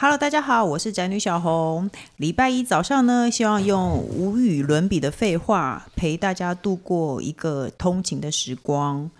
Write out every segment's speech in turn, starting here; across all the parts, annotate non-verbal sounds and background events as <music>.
Hello，大家好，我是宅女小红。礼拜一早上呢，希望用无与伦比的废话陪大家度过一个通勤的时光。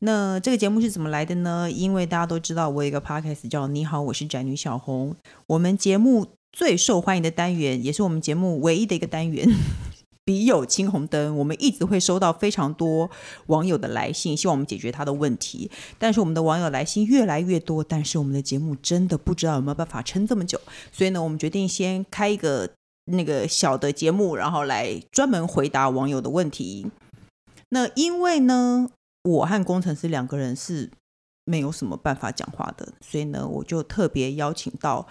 那这个节目是怎么来的呢？因为大家都知道，我有一个 podcast 叫《你好，我是宅女小红》。我们节目最受欢迎的单元，也是我们节目唯一的一个单元， <laughs> 笔友青红灯。我们一直会收到非常多网友的来信，希望我们解决他的问题。但是我们的网友来信越来越多，但是我们的节目真的不知道有没有办法撑这么久，所以呢，我们决定先开一个那个小的节目，然后来专门回答网友的问题。那因为呢，我和工程师两个人是没有什么办法讲话的，所以呢，我就特别邀请到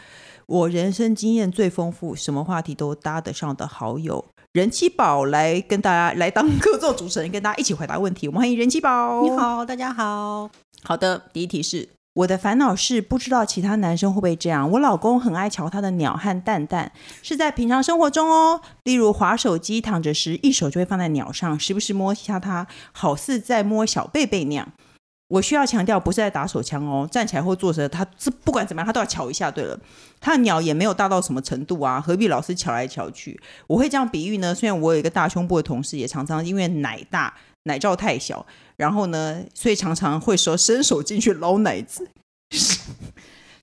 我人生经验最丰富、什么话题都搭得上的好友人气宝来跟大家来当客座主持人，跟大家一起回答问题。我们欢迎人气宝，你。好，大家好。好的，第一题是我的烦恼是不知道其他男生会不会这样。我老公很爱瞧他的鸟和蛋蛋，是在平常生活中哦，例如划手机躺着时，一手就会放在鸟上，时不时摸一下它，好似在摸小贝贝那样。我需要强调，不是在打手枪哦，站起来或坐着，他是不管怎么样，他都要瞧一下。对了，他的鸟也没有大到什么程度啊，何必老是瞧来瞧去？我会这样比喻呢，虽然我有一个大胸部的同事，也常常因为奶大、奶罩太小，然后呢，所以常常会说伸手进去捞奶子。 <laughs>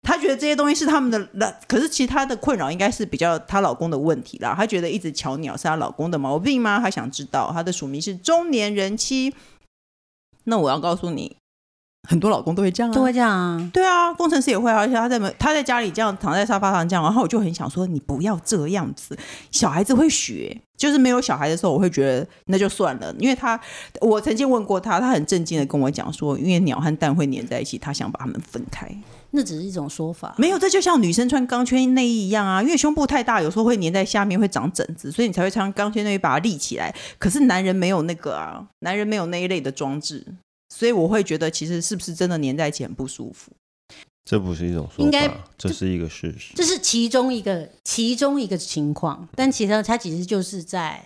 她觉得这些东西是他们的，那可是其实她的困扰应该是比较她老公的问题啦。她觉得一直瞧鸟是她老公的毛病吗？她想知道她的署名是中年人妻。那我要告诉你，很多老公都会这样啊，都会这样啊？对啊，工程师也会啊，而且他在门他在家里这样躺在沙发上这样，然后我就很想说，你不要这样子，小孩子会学。就是没有小孩的时候，我会觉得那就算了，因为他我曾经问过他，他很震惊的跟我讲说，因为鸟和蛋会粘在一起，他想把它们分开。那只是一种说法。没有，这就像女生穿钢圈内衣一样啊，因为胸部太大，有时候会粘在下面，会长疹子，所以你才会穿钢圈内衣把它立起来。可是男人没有那个啊，男人没有那一类的装置，所以我会觉得其实是不是真的粘在一起很不舒服。这不是一种说应该法，这是一个事实。这是其中一个其中一个情况，但其实他其实就是在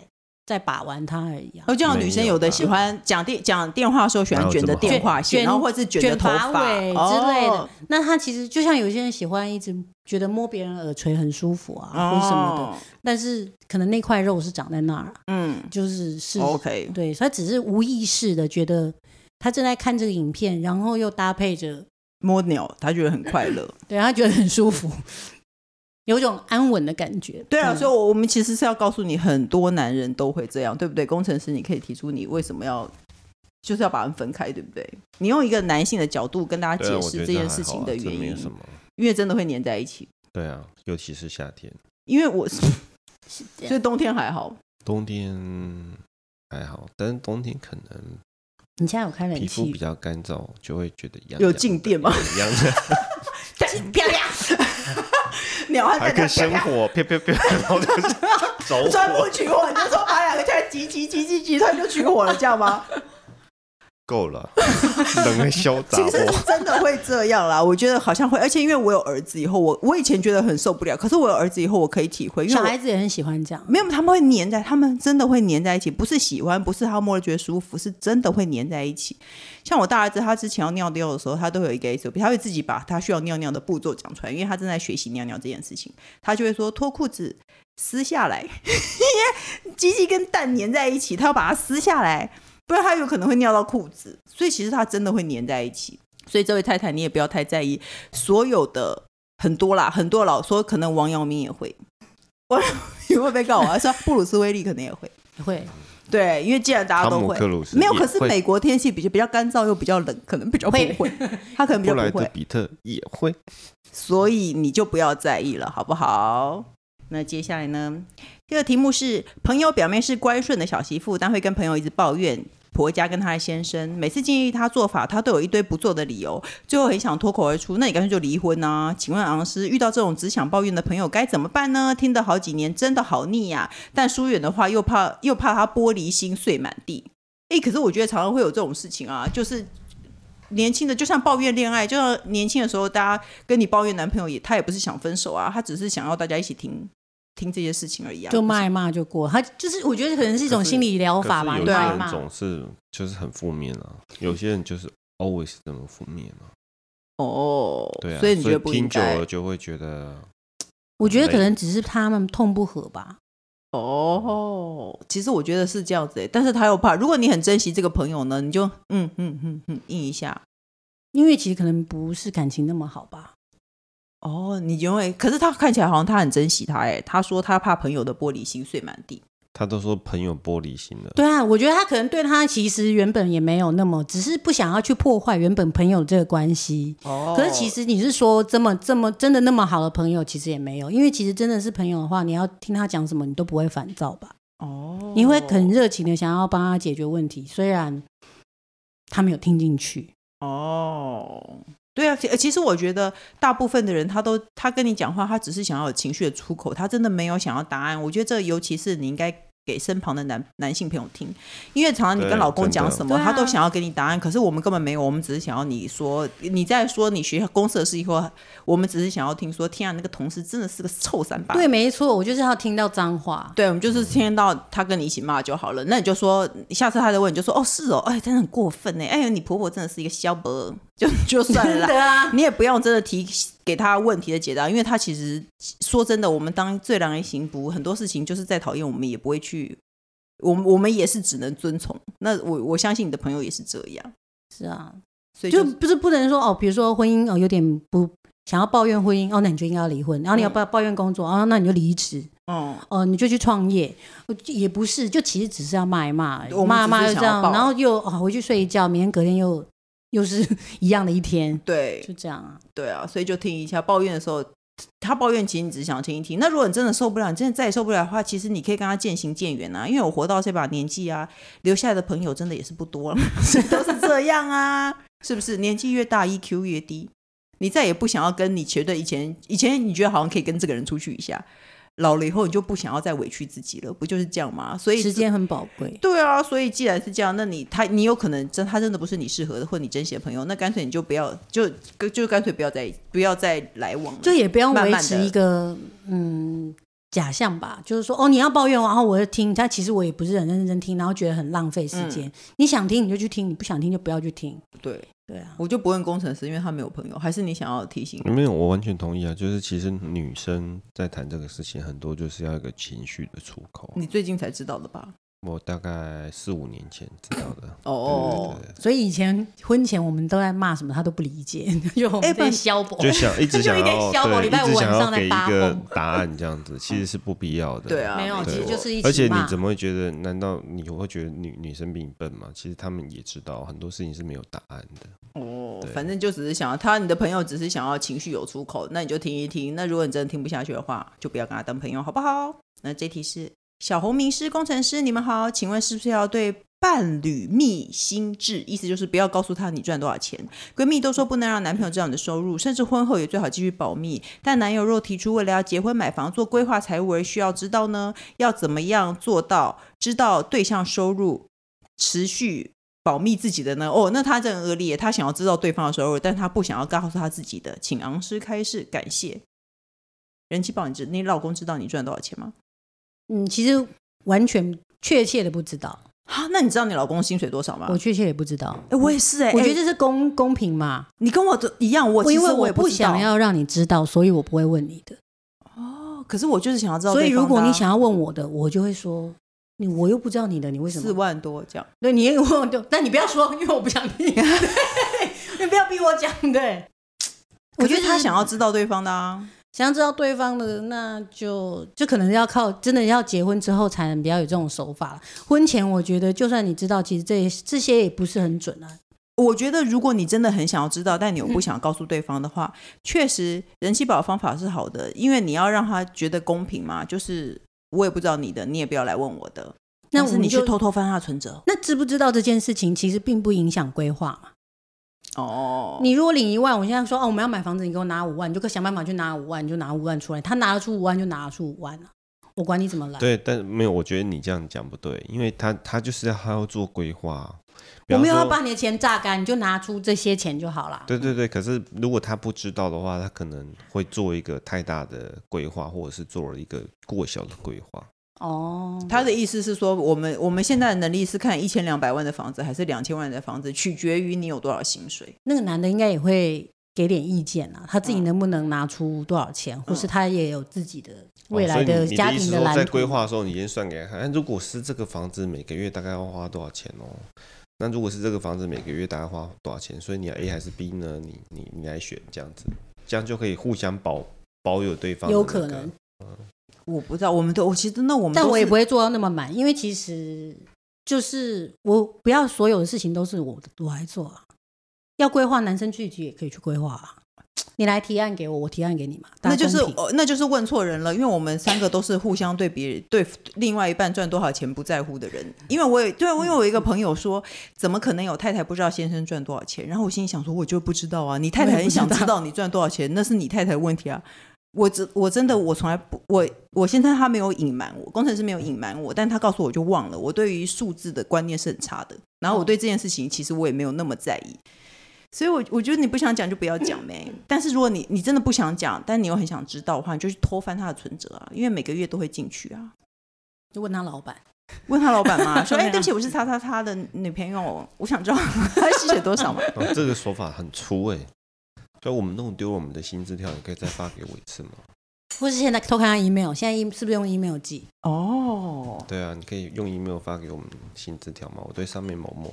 在把玩他而已啊。而这样的女生有的喜欢讲电讲电话的时候喜欢卷着电话线，卷然后或是卷着头卷发发尾之类的哦那他其实就像有些人喜欢一直觉得摸别人耳垂很舒服啊，或者什么的，哦但是可能那块肉是长在那儿啊，嗯就是是，OK，对，所以他只是无意识的觉得他正在看这个影片，然后又搭配着摸鸟，她觉得很快 <laughs> 乐。对他觉得很舒服，有一种安稳的感觉。对啊，嗯所以我我们其实是要告诉你，很多男人都会这样，对不对？工程师，你可以提出你为什么要就是要把人分开，对不对？你用一个男性的角度跟大家对啊，解我觉释得这件还事好情啊的这原没因，什么。因为真的会粘在一起。对啊，尤其是夏天，因为我 <laughs> 是，是所以冬天还 <laughs> 好，冬天还好，但是冬天可能你现在有开冷皮肤气比，较干燥，就会觉得痒。有静电吗？一样 <laughs> 的， <laughs> 漂亮。 <laughs> 鸟还还在可那以生火，啪啪啪，然后就是 <laughs> 着钻木火，取火，你就说把两个在挤挤挤挤挤，他就取火了，这样吗？够了，冷的 <laughs> 消杂其实货。是真的会这样啦，我觉得好像会，而且因为我有儿子以后，我我以前觉得很受不了，可是我有儿子以后，我可以体会，因为小我孩子也很喜欢这样。没有他们会粘在，他们真的会粘在一起，不是喜欢，不是他摸了觉得舒服，是真的会粘在一起。像我大儿子，他之前要尿尿的时候，他都会有一个 SOP，他会自己把他需要尿尿的步骤讲出来，因为他正在学习尿尿这件事情，他就会说脱裤子撕下来，因为鸡鸡跟蛋粘在一起，他要把它撕下来，不然他有可能会尿到裤子，所以其实他真的会粘在一起。所以这位太太，你也不要太在意，所有的很多啦，很多老说可能王阳明也会，王阳 <laughs> 明会被告我，还说布鲁斯威利可能也会，会，对，因为既然大家汤都姆会克。鲁斯没有，也可是会美国天气比较比较干燥又比较冷，可能比较不会会，他可能比布较莱不德会，比特也会。所以你就不要在意了，好不好？那接下来呢？第二个题目是朋友表面是乖顺的小媳妇，但会跟朋友一直抱怨婆家跟她的先生，每次建议她做法，她都有一堆不做的理由，最后很想脱口而出：“那你干脆就离婚啊！”请问昂师，遇到这种只想抱怨的朋友该怎么办呢？听得好几年，真的好腻呀、但疏远的话，又怕又怕他玻璃心碎满地。诶，可是我觉得常常会有这种事情啊，就是年轻的就像抱怨恋爱，就像年轻的时候大家跟你抱怨男朋友也，他也不是想分手啊，他只是想要大家一起听听这些事情而已啊。就不是骂一骂就过。他就是我觉得可能是一种可是心理疗可法是吧，有对些啊骂一人骂。总是就是很负面啊，有些人就是 always 这么负面啊。哦，对啊，所以你觉得不应听久该了就会觉得我觉得累可能只是他们痛不合吧。哦。其实我觉得是这样子、欸，但是他又怕，如果你很珍惜这个朋友呢，你就嗯嗯嗯嗯应一下。因为其实可能不是感情那么好吧，哦，你因为可是他看起来好像他很珍惜他哎、他说他怕朋友的玻璃心碎满地。他都说朋友玻璃心了。对啊，我觉得他可能对他其实原本也没有那么，只是不想要去破坏原本朋友这个关系。哦可是其实你是说这么这么真的那么好的朋友，其实也没有，因为其实真的是朋友的话，你要听他讲什么，你都不会烦躁吧？哦，你会很热情的想要帮他解决问题，虽然他没有听进去。哦，对啊，其呃其实我觉得大部分的人他都他跟你讲话，他只是想要有情绪的出口，他真的没有想要答案。我觉得这尤其是你应该给身旁的男男性朋友听，因为常常你跟对老公真的讲什么，对啊他都想要给你答案，可是我们根本没有，我们只是想要你说你在说你学校公司的事以后，我们只是想要听说，天啊，那个同事真的是个臭三八。对，没错，我就是要听到脏 <laughs> 话。对，我们嗯就是听到他跟你一起骂就好了。那你就说，下次他再问，你就说，哦，是哦，哎，真的很过分呢，哎呦，你婆婆真的是一个萧伯，就就算了啦。啊，你也不用真的提给他问题的解答，因为他其实说真的，我们当最良人行不，很多事情就是再讨厌，我们也不会去，我们我们也是只能遵从。那我我相信你的朋友也是这样， <laughs> 是啊，所以就就不是不能说哦，比如说婚姻哦，有点不想要抱怨婚姻哦，那你就应该要离婚，然后你要抱抱怨工作哦，那你就离职嗯，哦，你就去创业，我就也不是，就其实只是要骂一骂而已，我们骂一骂只就是这想要样，抱然后又哦回去睡一觉，明天隔天又又是 <laughs> 一样的一天，对就这样啊。对啊，所以就听一下抱怨的时候。他抱怨，其实你只是想听一听。那如果你真的受不了，你真的再也受不了的话，其实你可以跟他渐行渐远啊。因为我活到这把年纪啊，留下来的朋友真的也是不多了， <laughs> 都是这样啊，是不是？年纪越大，EQ 越低，你再也不想要跟你觉得以前以前你觉得好像可以跟这个人出去一下，老了以后你就不想要再委屈自己了，不就是这样吗？所以时间很宝贵，对啊，所以既然是这样，那你他你有可能真他真的不是你适合的或你珍惜的朋友，那干脆你就不要就就干脆不要再不要再来往了。就也不要慢维慢持地一个嗯。假象吧，就是说，哦，你要抱怨我，然后我就听，但其实我也不是很认真听，然后觉得很浪费时嗯间。你想听你就去听，你不想听就不要去听。对，对啊，我就不问工程师，因为他没有朋友，还是你想要提醒？没有，我完全同意啊。就是其实女生在谈这个事情，很多就是要有一个情绪的出口。你最近才知道的吧？我大概四五年前知道的。哦对对对所以以前婚前我们都在骂什么，他都不理解， <laughs> 就我哎们不然在消薄。就想一直想 <laughs> 就一要点消薄对，礼拜五一直晚想要上在给一发个疯答案这样子，其实是不必要 <laughs> 的。对啊，没有其实错就是一起而且你骂怎么会觉得？难道你会觉得女女生比你笨吗？其实她们也知道很多事情是没有答案的。哦对，反正就只是想要他，你的朋友只是想要情绪有出口，那你就听一听。那如果你真的听不下去的话，就不要跟他当朋友，好不好？那这题是小红名师工程师，你们好，请问是不是要对伴侣秘心智？意思就是不要告诉他你赚多少钱。闺蜜都说不能让男朋友知道你的收入，甚至婚后也最好继续保密。但男友若提出为了要结婚、买房、做规划财务而需要知道呢，要怎么样做到知道对象收入持续保密自己的呢？哦，那他真恶劣，他想要知道对方的收入，但他不想要告诉他自己的，请昂师开示，感谢。人气宝，你知你老公知道你赚多少钱吗？嗯，其实完全确切的不知道，啊，那你知道你老公薪水多少吗？我确切也不知道。哎，我也是嗯哎、我觉得哎这是公公平嘛，你跟我的一样，我其因实为也不不知道想。要让你知道，所以我不会问你的。哦，可是我就是想要知道所以对方的啊。如果你想要问我的，我就会说。你我又不知道你的，你为什四么？万多这样，对，你也问我就，但你不要说，因为我不想 <laughs> 听。对你不要逼我讲，对。我可觉是得他这是想要知道对方的啊。想要知道对方的，那就就可能要靠真的要结婚之后才能比较有这种手法了。婚前我觉得，就算你知道，其实这这些也不是很准啊。我觉得，如果你真的很想要知道，但你又嗯不想告诉对方的话，确实人气宝方法是好的，因为你要让他觉得公平嘛。就是我也不知道你的，你也不要来问我的，那但我是们你去就偷偷翻他的存折那知不知道这件事情，其实并不影响规划嘛。哦。你如果领一万，我现在说哦，我们要买房子，你给我拿五万，你就想办法去拿五万，你就拿五万出来。他拿得出五万，就拿得出五万啊，我管你怎么来。对，但没有，我觉得你这样讲不对，因为她她就是要她要做规划，啊比我方没有要说把你的钱榨干，你就拿出这些钱就好了。对对对，可是如果他不知道的话，他可能会做一个太大的规划，或者是做了一个过小的规划。哦，他的意思是说，我们我们现在的能力是看一千两百万的房子还是两千万的房子，取决于你有多少薪水。那个男的应该也会给点意见啊，他自己能不能拿出多少钱，或是他也有自己的嗯哦未来所以你家你意庭思说蓝在图。规划的时候，你先算给他看。哎如果是这个房子每个月大概要花多少钱哦？那如果是这个房子每个月大概花多少钱？所以你要 A 还是 B 呢？你你你来选这样子，这样就可以互相保保有对方的那有个、可能我不知道，我们都我其实那我们都是，但我也不会做到那么满，因为其实就是我不要所有的事情都是我的我来做啊。要规划，男生聚集也可以去规划啊。你来提案给我，我提案给你嘛。大那家就是公平哦那就是问错人了，因为我们三个都是互相对别人对另外一半赚多少钱不在乎的人。因为我也对，因为我有一个朋友说，怎么可能有太太不知道先生赚多少钱？然后我心里想说，我就不知道啊，你太太很想知道你赚多少钱，那是你太太的问题啊。我真我真的我从来不我我先生他没有隐瞒我，工程师没有隐瞒我，但他告诉我就忘了。我对于数字的观念是很差的，然后我对这件事情其实我也没有那么在意。所以我，我觉得你不想讲就不要讲呗。但是如果你你真的不想讲，但你又很想知道的话，你就去偷翻他的存折啊，因为每个月都会进去啊。就问他老板，问他老板 <laughs> 嘛，说：“哎、对啊对不起，我是叉叉叉的女朋友，我想 <laughs> 知道他薪水多少嘛。哦这个说法很粗哎、所以我们弄丢了我们的薪资条，你可以再发给我一次吗？或是现在偷看他 email，现在 e 是不是用 email 寄？”哦，对啊，你可以用 email 发给我们薪资条吗？我对上面某某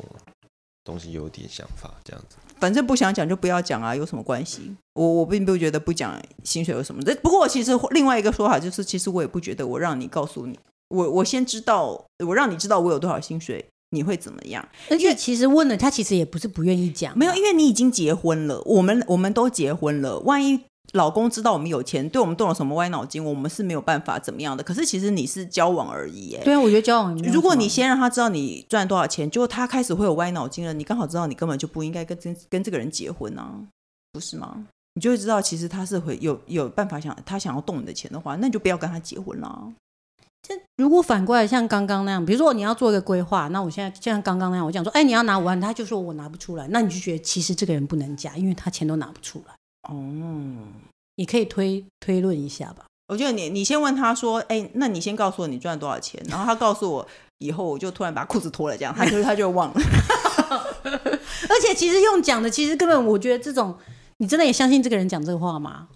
东西有点想法，这样子。反正不想讲就不要讲啊，有什么关系？我我并不觉得不讲薪水有什么的。不过，其实另外一个说法就是，其实我也不觉得我让你告诉你，我我先知道，我让你知道我有多少薪水，你会怎么样？而因为且其实问了他，其实也不是不愿意讲啊，没有，因为你已经结婚了，我们我们都结婚了，万一。老公知道我们有钱，对我们动了什么歪脑筋，我们是没有办法怎么样的。可是其实你是交往而已，哎，对啊，我觉得交往也没有如果什么你先让他知道你赚多少钱，结果他开始会有歪脑筋了，你刚好知道你根本就不应该跟跟跟这个人结婚啊，不是吗？你就会知道其实他是会有有办法想他想要动你的钱的话，那你就不要跟他结婚啦。如果反过来像刚刚那样，比如说你要做一个规划，那我现在就像刚刚那样，我讲说，哎，你要拿五万，他就说我拿不出来，那你就觉得其实这个人不能嫁，因为他钱都拿不出来。哦，你可以推推论一下吧。我觉得你你先问他说，哎、那你先告诉我你赚多少钱，然后他告诉我以后，我就突然把裤子脱了，这样他就他就忘了。而且其实用讲的，其实根本我觉得这种，你真的也相信这个人讲这个话吗？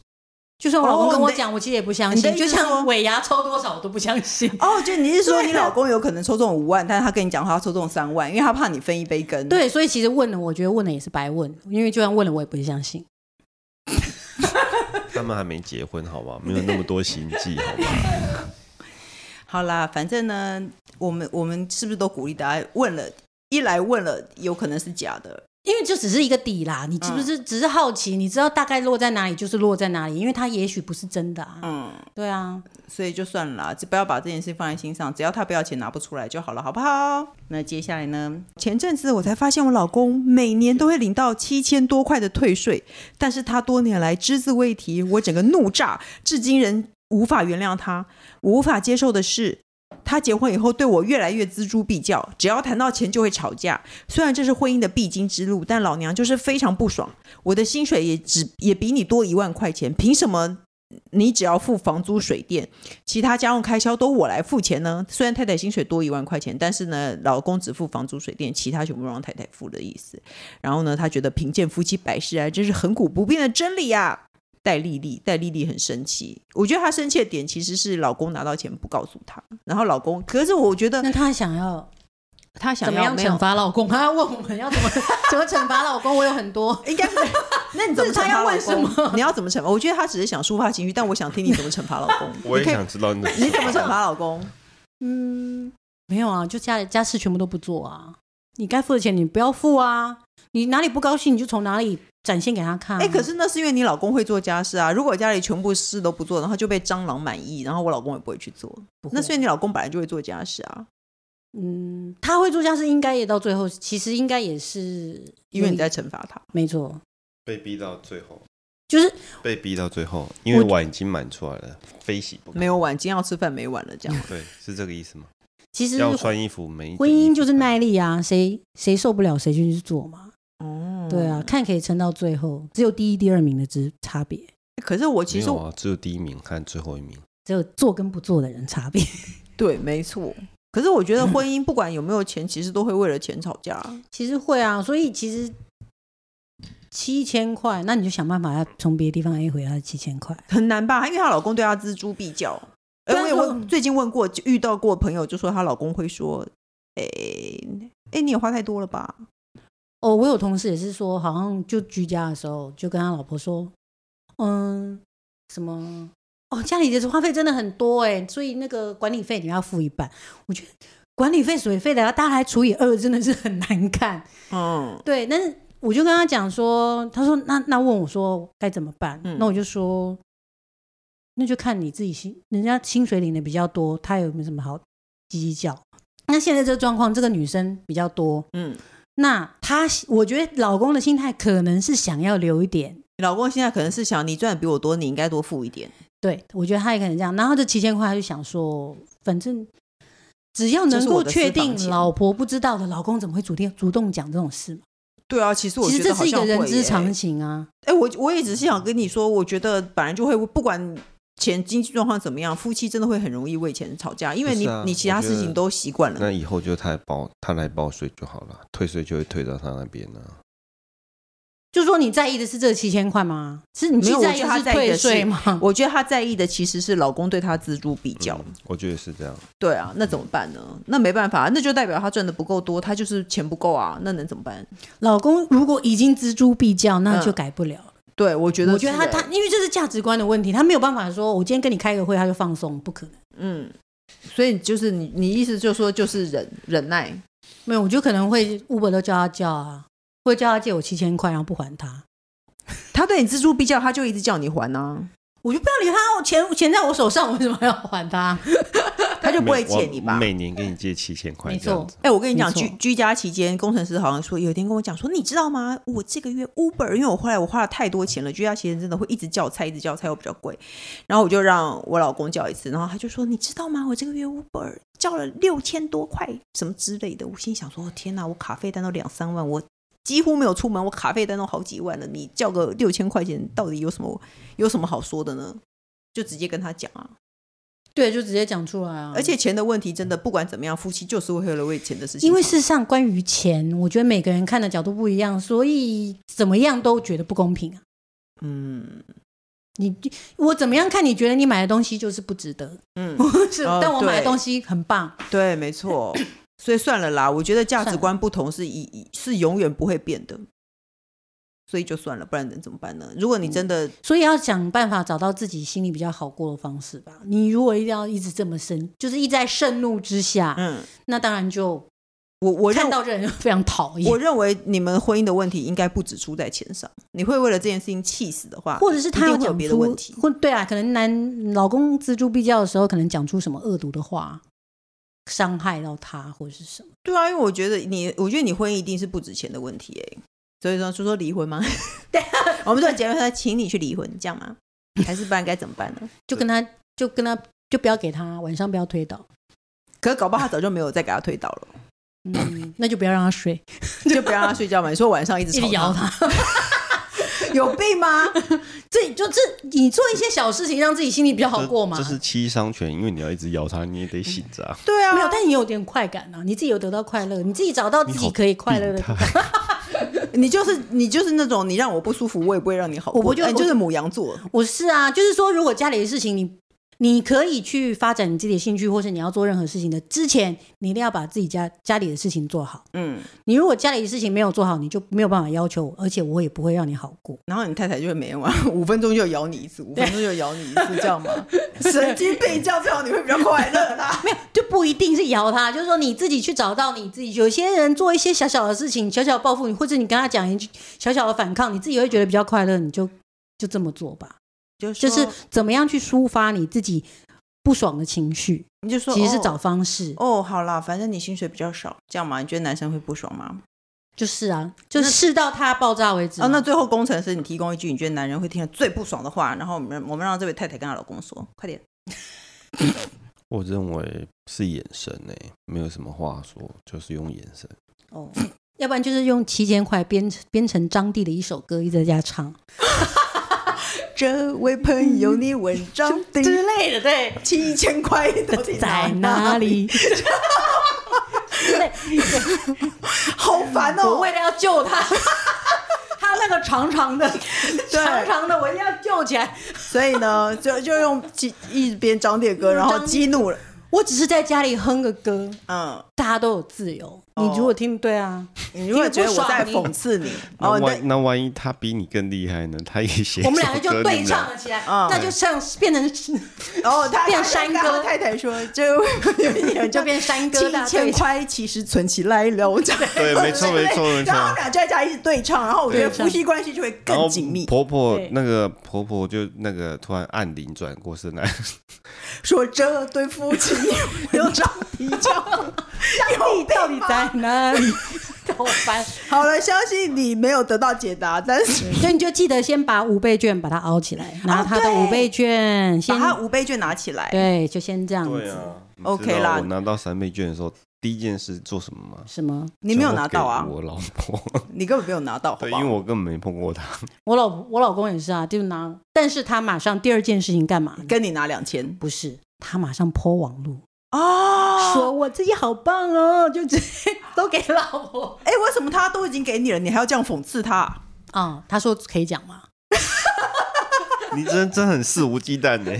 就算我老公哦跟你我的讲，我其实也不相你的信。意就思说像尾牙抽多少我都不相信。 <laughs> 哦，就你是说你对啊老公有可能抽中五万，但是他跟你讲话他抽中三万，因为他怕你分一杯羹。，对，所以其实问了，我觉得问了也是白问，因为就算问了，我也不会相信。他们还没结婚，好吧？没有那么多心计，好 <laughs> 吧？好啦，反正呢，我们我们是不是都鼓励大家问了？一来问了，有可能是假的，因为就只是一个底啦，你嗯是不是只是好奇？你知道大概落在哪里就是落在哪里，因为它也许不是真的啊。嗯，对啊，所以就算了啦，就不要把这件事放在心上，只要他不要钱拿不出来就好了，好不好？那接下来呢？前阵子我才发现我老公每年都会领到七千多块的退税，但是他多年来只字未提，我整个怒炸，至今仍无法原谅他。我无法接受的是。他结婚以后对我越来越锱铢必较，只要谈到钱就会吵架。虽然这是婚姻的必经之路，但老娘就是非常不爽。我的薪水也只也比你多一万块钱，凭什么你只要付房租、水电，其他家用开销都我来付钱呢。虽然太太薪水多一万块钱，但是呢，老公只付房租、水电，其他全部让太太付的意思。然后呢，他觉得贫贱夫妻百事哀，这是恒古不变的真理啊。戴丽丽，戴丽丽很生气。我觉得她生气的点其实是老公拿到钱不告诉她，然后老公，可是我觉得那她想要她想怎么要样没惩有，罚老公？ <laughs> 她要问我们要怎么怎么惩罚老公？我有很多。应该是。 <laughs> 那你怎么这惩是她罚要老问什公？你要怎么惩罚？我觉得她只是想抒发情绪，但我想听你怎么惩罚老公。我也你可以想知道你的你怎么惩罚老公？嗯，没有啊，就家家事全部都不做啊。你该付的钱你不要付啊，你哪里不高兴你就从哪里展现给他看、啊。哎、可是那是因为你老公会做家事啊。如果家里全部事都不做，然后就被蟑螂满意，然后我老公也不会去做。不会那所以你老公本来就会做家事啊，嗯，他会做家事应该也到最后，其实应该也是因为你在惩罚他。没错，被逼到最后，就是被逼到最后，因为碗已经满出来了，非洗不可。没有碗，今天要吃饭没碗了，这样对，是这个意思吗？其实要穿衣服嗯没婚姻就是耐力啊，谁谁受不了谁就去做嘛。哦对啊，，看可以撑到最后，只有第一、第二名的之差别，可是我其没实有啊，只有第一名和最后一名。只有做跟不做的人差别。 <laughs> 对，没错。可是我觉得婚姻不管有没有钱，其实都会为了钱吵架。其实会啊，所以其实七千块，那你就想办法要从别的地方 A 回他七千块。很难吧？因为她老公对她锱铢必较。对呃啊我也问，最近问过，就遇到过朋友就说她老公会说：“哎、哎、你也花太多了吧哦，我有同事也是说，好像就居家的时候，就跟他老婆说，嗯，什么哦，家里的花费真的很多哎，所以那个管理费你要付一半。我觉得管理费、水费的，大家来除以二，真的是很难看。？”嗯，对，但是我就跟他讲说，他说那那问我说该怎么办，嗯那我就说，那就看你自己薪，人家薪水领的比较多，他有没有什么好叽叽叫？那现在这个状况，这个女生比较多，嗯，那她我觉得老公的心态可能是想要留一点，你老公现在可能是想你赚的比我多，你应该多付一点。对我觉得他也可能这样，然后这七千块他就想说，反正。只要这能是我够的私确房定钱老婆不知道的，老公怎么会主动主动讲这种事嘛？对啊，其实我其觉得实这好是一像个人会之耶常情啊。哎、我我也只是想跟你说，我觉得本来就会，不管钱经济状况怎么样，夫妻真的会很容易为钱吵架，因为不你、是啊你其他我觉事得情都习惯那了。以后就他来包，他来包税就好了，退税就会退到他那边了、就说你在意的是这七千块吗？是你没是有在我觉得他是在意的退是税吗？我觉得她在意的其实是老公对她锱铢必较。嗯我觉得是这样。对啊，那怎嗯么办呢？那没办法，那就代表他赚的不够多，他就是钱不够啊，那能怎么办？ <laughs> 老公如果已经锱铢必较，那就改不了了。对，我觉得是，我觉得他他因为这嗯是价值观的问题，他没有办法说我今天跟你开个会他就放松，不可能。嗯，所以就是你你意思就是说就是忍忍耐，没有，我就可能会 Uber 都叫他叫啊，会叫他借我七千块，然后不还他，他对你锱铢必较，他就一直叫你还啊，我就不要理他，我钱钱在我手上，我为什么要还他？他就不会每我借你吧？每年给你借七千块，没这样错子。，哎、我跟你讲，没错居居家期间，工程师好像说有一天跟我讲说，你知道吗？我这个月 Uber，因为我后来我花了太多钱了，居家期间真的会一直叫菜，一直叫菜又比较贵。然后我就让我老公叫一次，然后他就说，你知道吗？我这个月 Uber 叫了六千多块，什么之类的。我心想说，天哪，我卡费单都两三万，我几乎没有出门，我卡费单都好几万了，你叫个六千块钱，到底有什么有什么好说的呢？就直接跟他讲啊，对，就直接讲出来啊。而且钱的问题真的不管怎么样，夫妻就是会为了为钱的事情吵架，因为事实上，关于钱，我觉得每个人看的角度不一样，所以怎么样都觉得不公平啊。嗯。你我怎么样看？你觉得你买的东西就是不值得，嗯， <laughs> 是？哦但我买对的东西很棒，对，没错。所以算了啦，我觉得价值算了观不同是一是永远不会变的，所以就算了，不然能怎么办呢？如果嗯你真的所以要想办法找到自己心里比较好过的方式吧。你如果一定要一直这么生，就是一直在盛怒之下，嗯，那当然就我我认看到这人就非常讨我厌，认为你们婚姻的问题应该不只出在钱上，你会为了这件事情气死的话， <laughs> 或者是他一有定会有讲别的出问题。或对啊，可能男老公锱铢必较的时候，可能讲出什么恶毒的话，伤害到他或者是什么。对啊，因为我觉得你，我觉得你婚姻一定是不值钱的问题哎、所以说，就说离婚 <laughs> 吗？对、我们做结论说，请你去离婚，这样吗？还是不然该怎么办 <laughs> 呢？就跟他就跟他就不要给他晚上不要推倒，可是搞不好他早就没有再给他推倒了，嗯，那就不要让他睡，就不要让他睡觉嘛。你说晚上一直一吵直他摇他。 <laughs> 有病吗？这就这，你做一些小事情让自己心里比较好这过嘛。这是七伤拳，因为你要一直咬他，你也得醒着、啊。对啊，没有，但你有点快感啊，你自己有得到快 <laughs> 乐，你自己找嗯到自己可以快乐的你地好方。你就是你就是那种你让我不舒服，我也不会让你好过。我不就哎你就是母羊座，我是啊，就是说，如果家里的事情你。你可以去发展你自己的兴趣，或是你要做任何事情的之前，你一定要把自己家家里的事情做好。嗯，你如果家里的事情没有做好，你就没有办法要求我，而且我也不会让你好过。然后你太太就会每天晚上 <laughs> 五分钟就咬你一次，五分钟就咬你一 <laughs> 次，这样吗？神经病，这样最好你会比较快乐 <laughs> 啦。没有，就不一定是摇他，就是说你自己去找到你自己。有些人做一些小小的事情，小小的报复你，或者你跟他讲一句小小的反抗，你自己会觉得比较快乐，你就就这么做吧。就就是怎么样去抒发你自己不爽的情绪，你就说，其实是哦找方式。哦，好啦，反正你薪水比较少，这样嘛？你觉得男生会不爽吗？就是啊，就是试到他爆炸为止啊。哦，那最后工程师，你提供一句你觉得男人会听得最不爽的话，然后我们我们让这位太太跟她老公说，快点。 <laughs> 我认为是眼神呢、没有什么话说，就是用眼神。哦，要不然就是用七千块编编成张帝的一首歌，一直在家唱这位朋友，你文 <laughs> 章的类的，对，七千块到底在哪？里？ <laughs> 好烦我哦！为了要救他， <laughs> 他那个长 <laughs> 长的、长长的，我一定要救起来。所以呢，就就用激一边张烈歌，然后张激怒了，我只是在家里哼个歌，嗯，大家都有自由。哦你如果听对 <laughs> 啊，你如果觉得我在听不爽讽刺你，那哦，万、对，那万一他比你更厉害呢？他也写一我们两首个就歌你对呢唱了起来，嗯那就像变成 <laughs> 然后哦他变山歌他跟他太太说，这位朋友，你文就章变山歌大七千对唱。块其实存起来了，我讲对，没错，没错，没错然。后他们俩就在家一直对唱，然后我觉得对唱夫妻关系就会然后更紧密。婆婆对那个婆婆就那个突然按铃转过身来，说这对夫妻有张皮叫，有到被底骂。在哪 <laughs> 里？好 <laughs> 烦！好了，相信你没有得到解答，但是所以你就记得先把五倍券把它凹起来，拿它的哦对五倍券把先，他五倍券拿起来。对，就先这样 <laughs> 子。啊嗯 OK 啦我拿到三倍券的时候，第一件事做什么吗？什么？你没有拿到啊交给？我老 <laughs> 婆，你根本没有拿到，好对，不因好为？我根本没碰过她。我老我老公也是啊，就拿，但是他马上第二件事情干嘛？跟你拿两千不是，他马上泼网路，哦说我自己好棒哦，就直接都给老婆哎、为什么他都已经给你了，你还要这样讽刺他？啊、他说可以讲吗？你真真很肆无忌惮欸呢、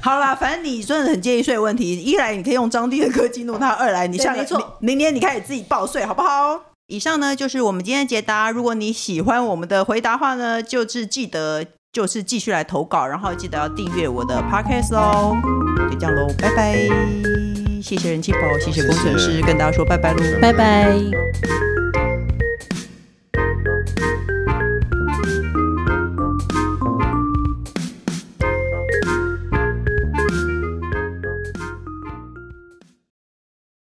好啦，反正你真的很介意税的问题，一来你可以用张帝的歌激怒他，二来你 <laughs> 对下没个错明明年你开始自己报税，好不好？以上呢就是我们今天的解答。如果你喜欢我们的回答话呢，就是记得就是继续来投稿，然后记得要订阅我的 podcast 哦。就这样喽，拜拜！谢谢人气宝，谢谢工程师，谢谢跟大家说拜拜喽。拜拜。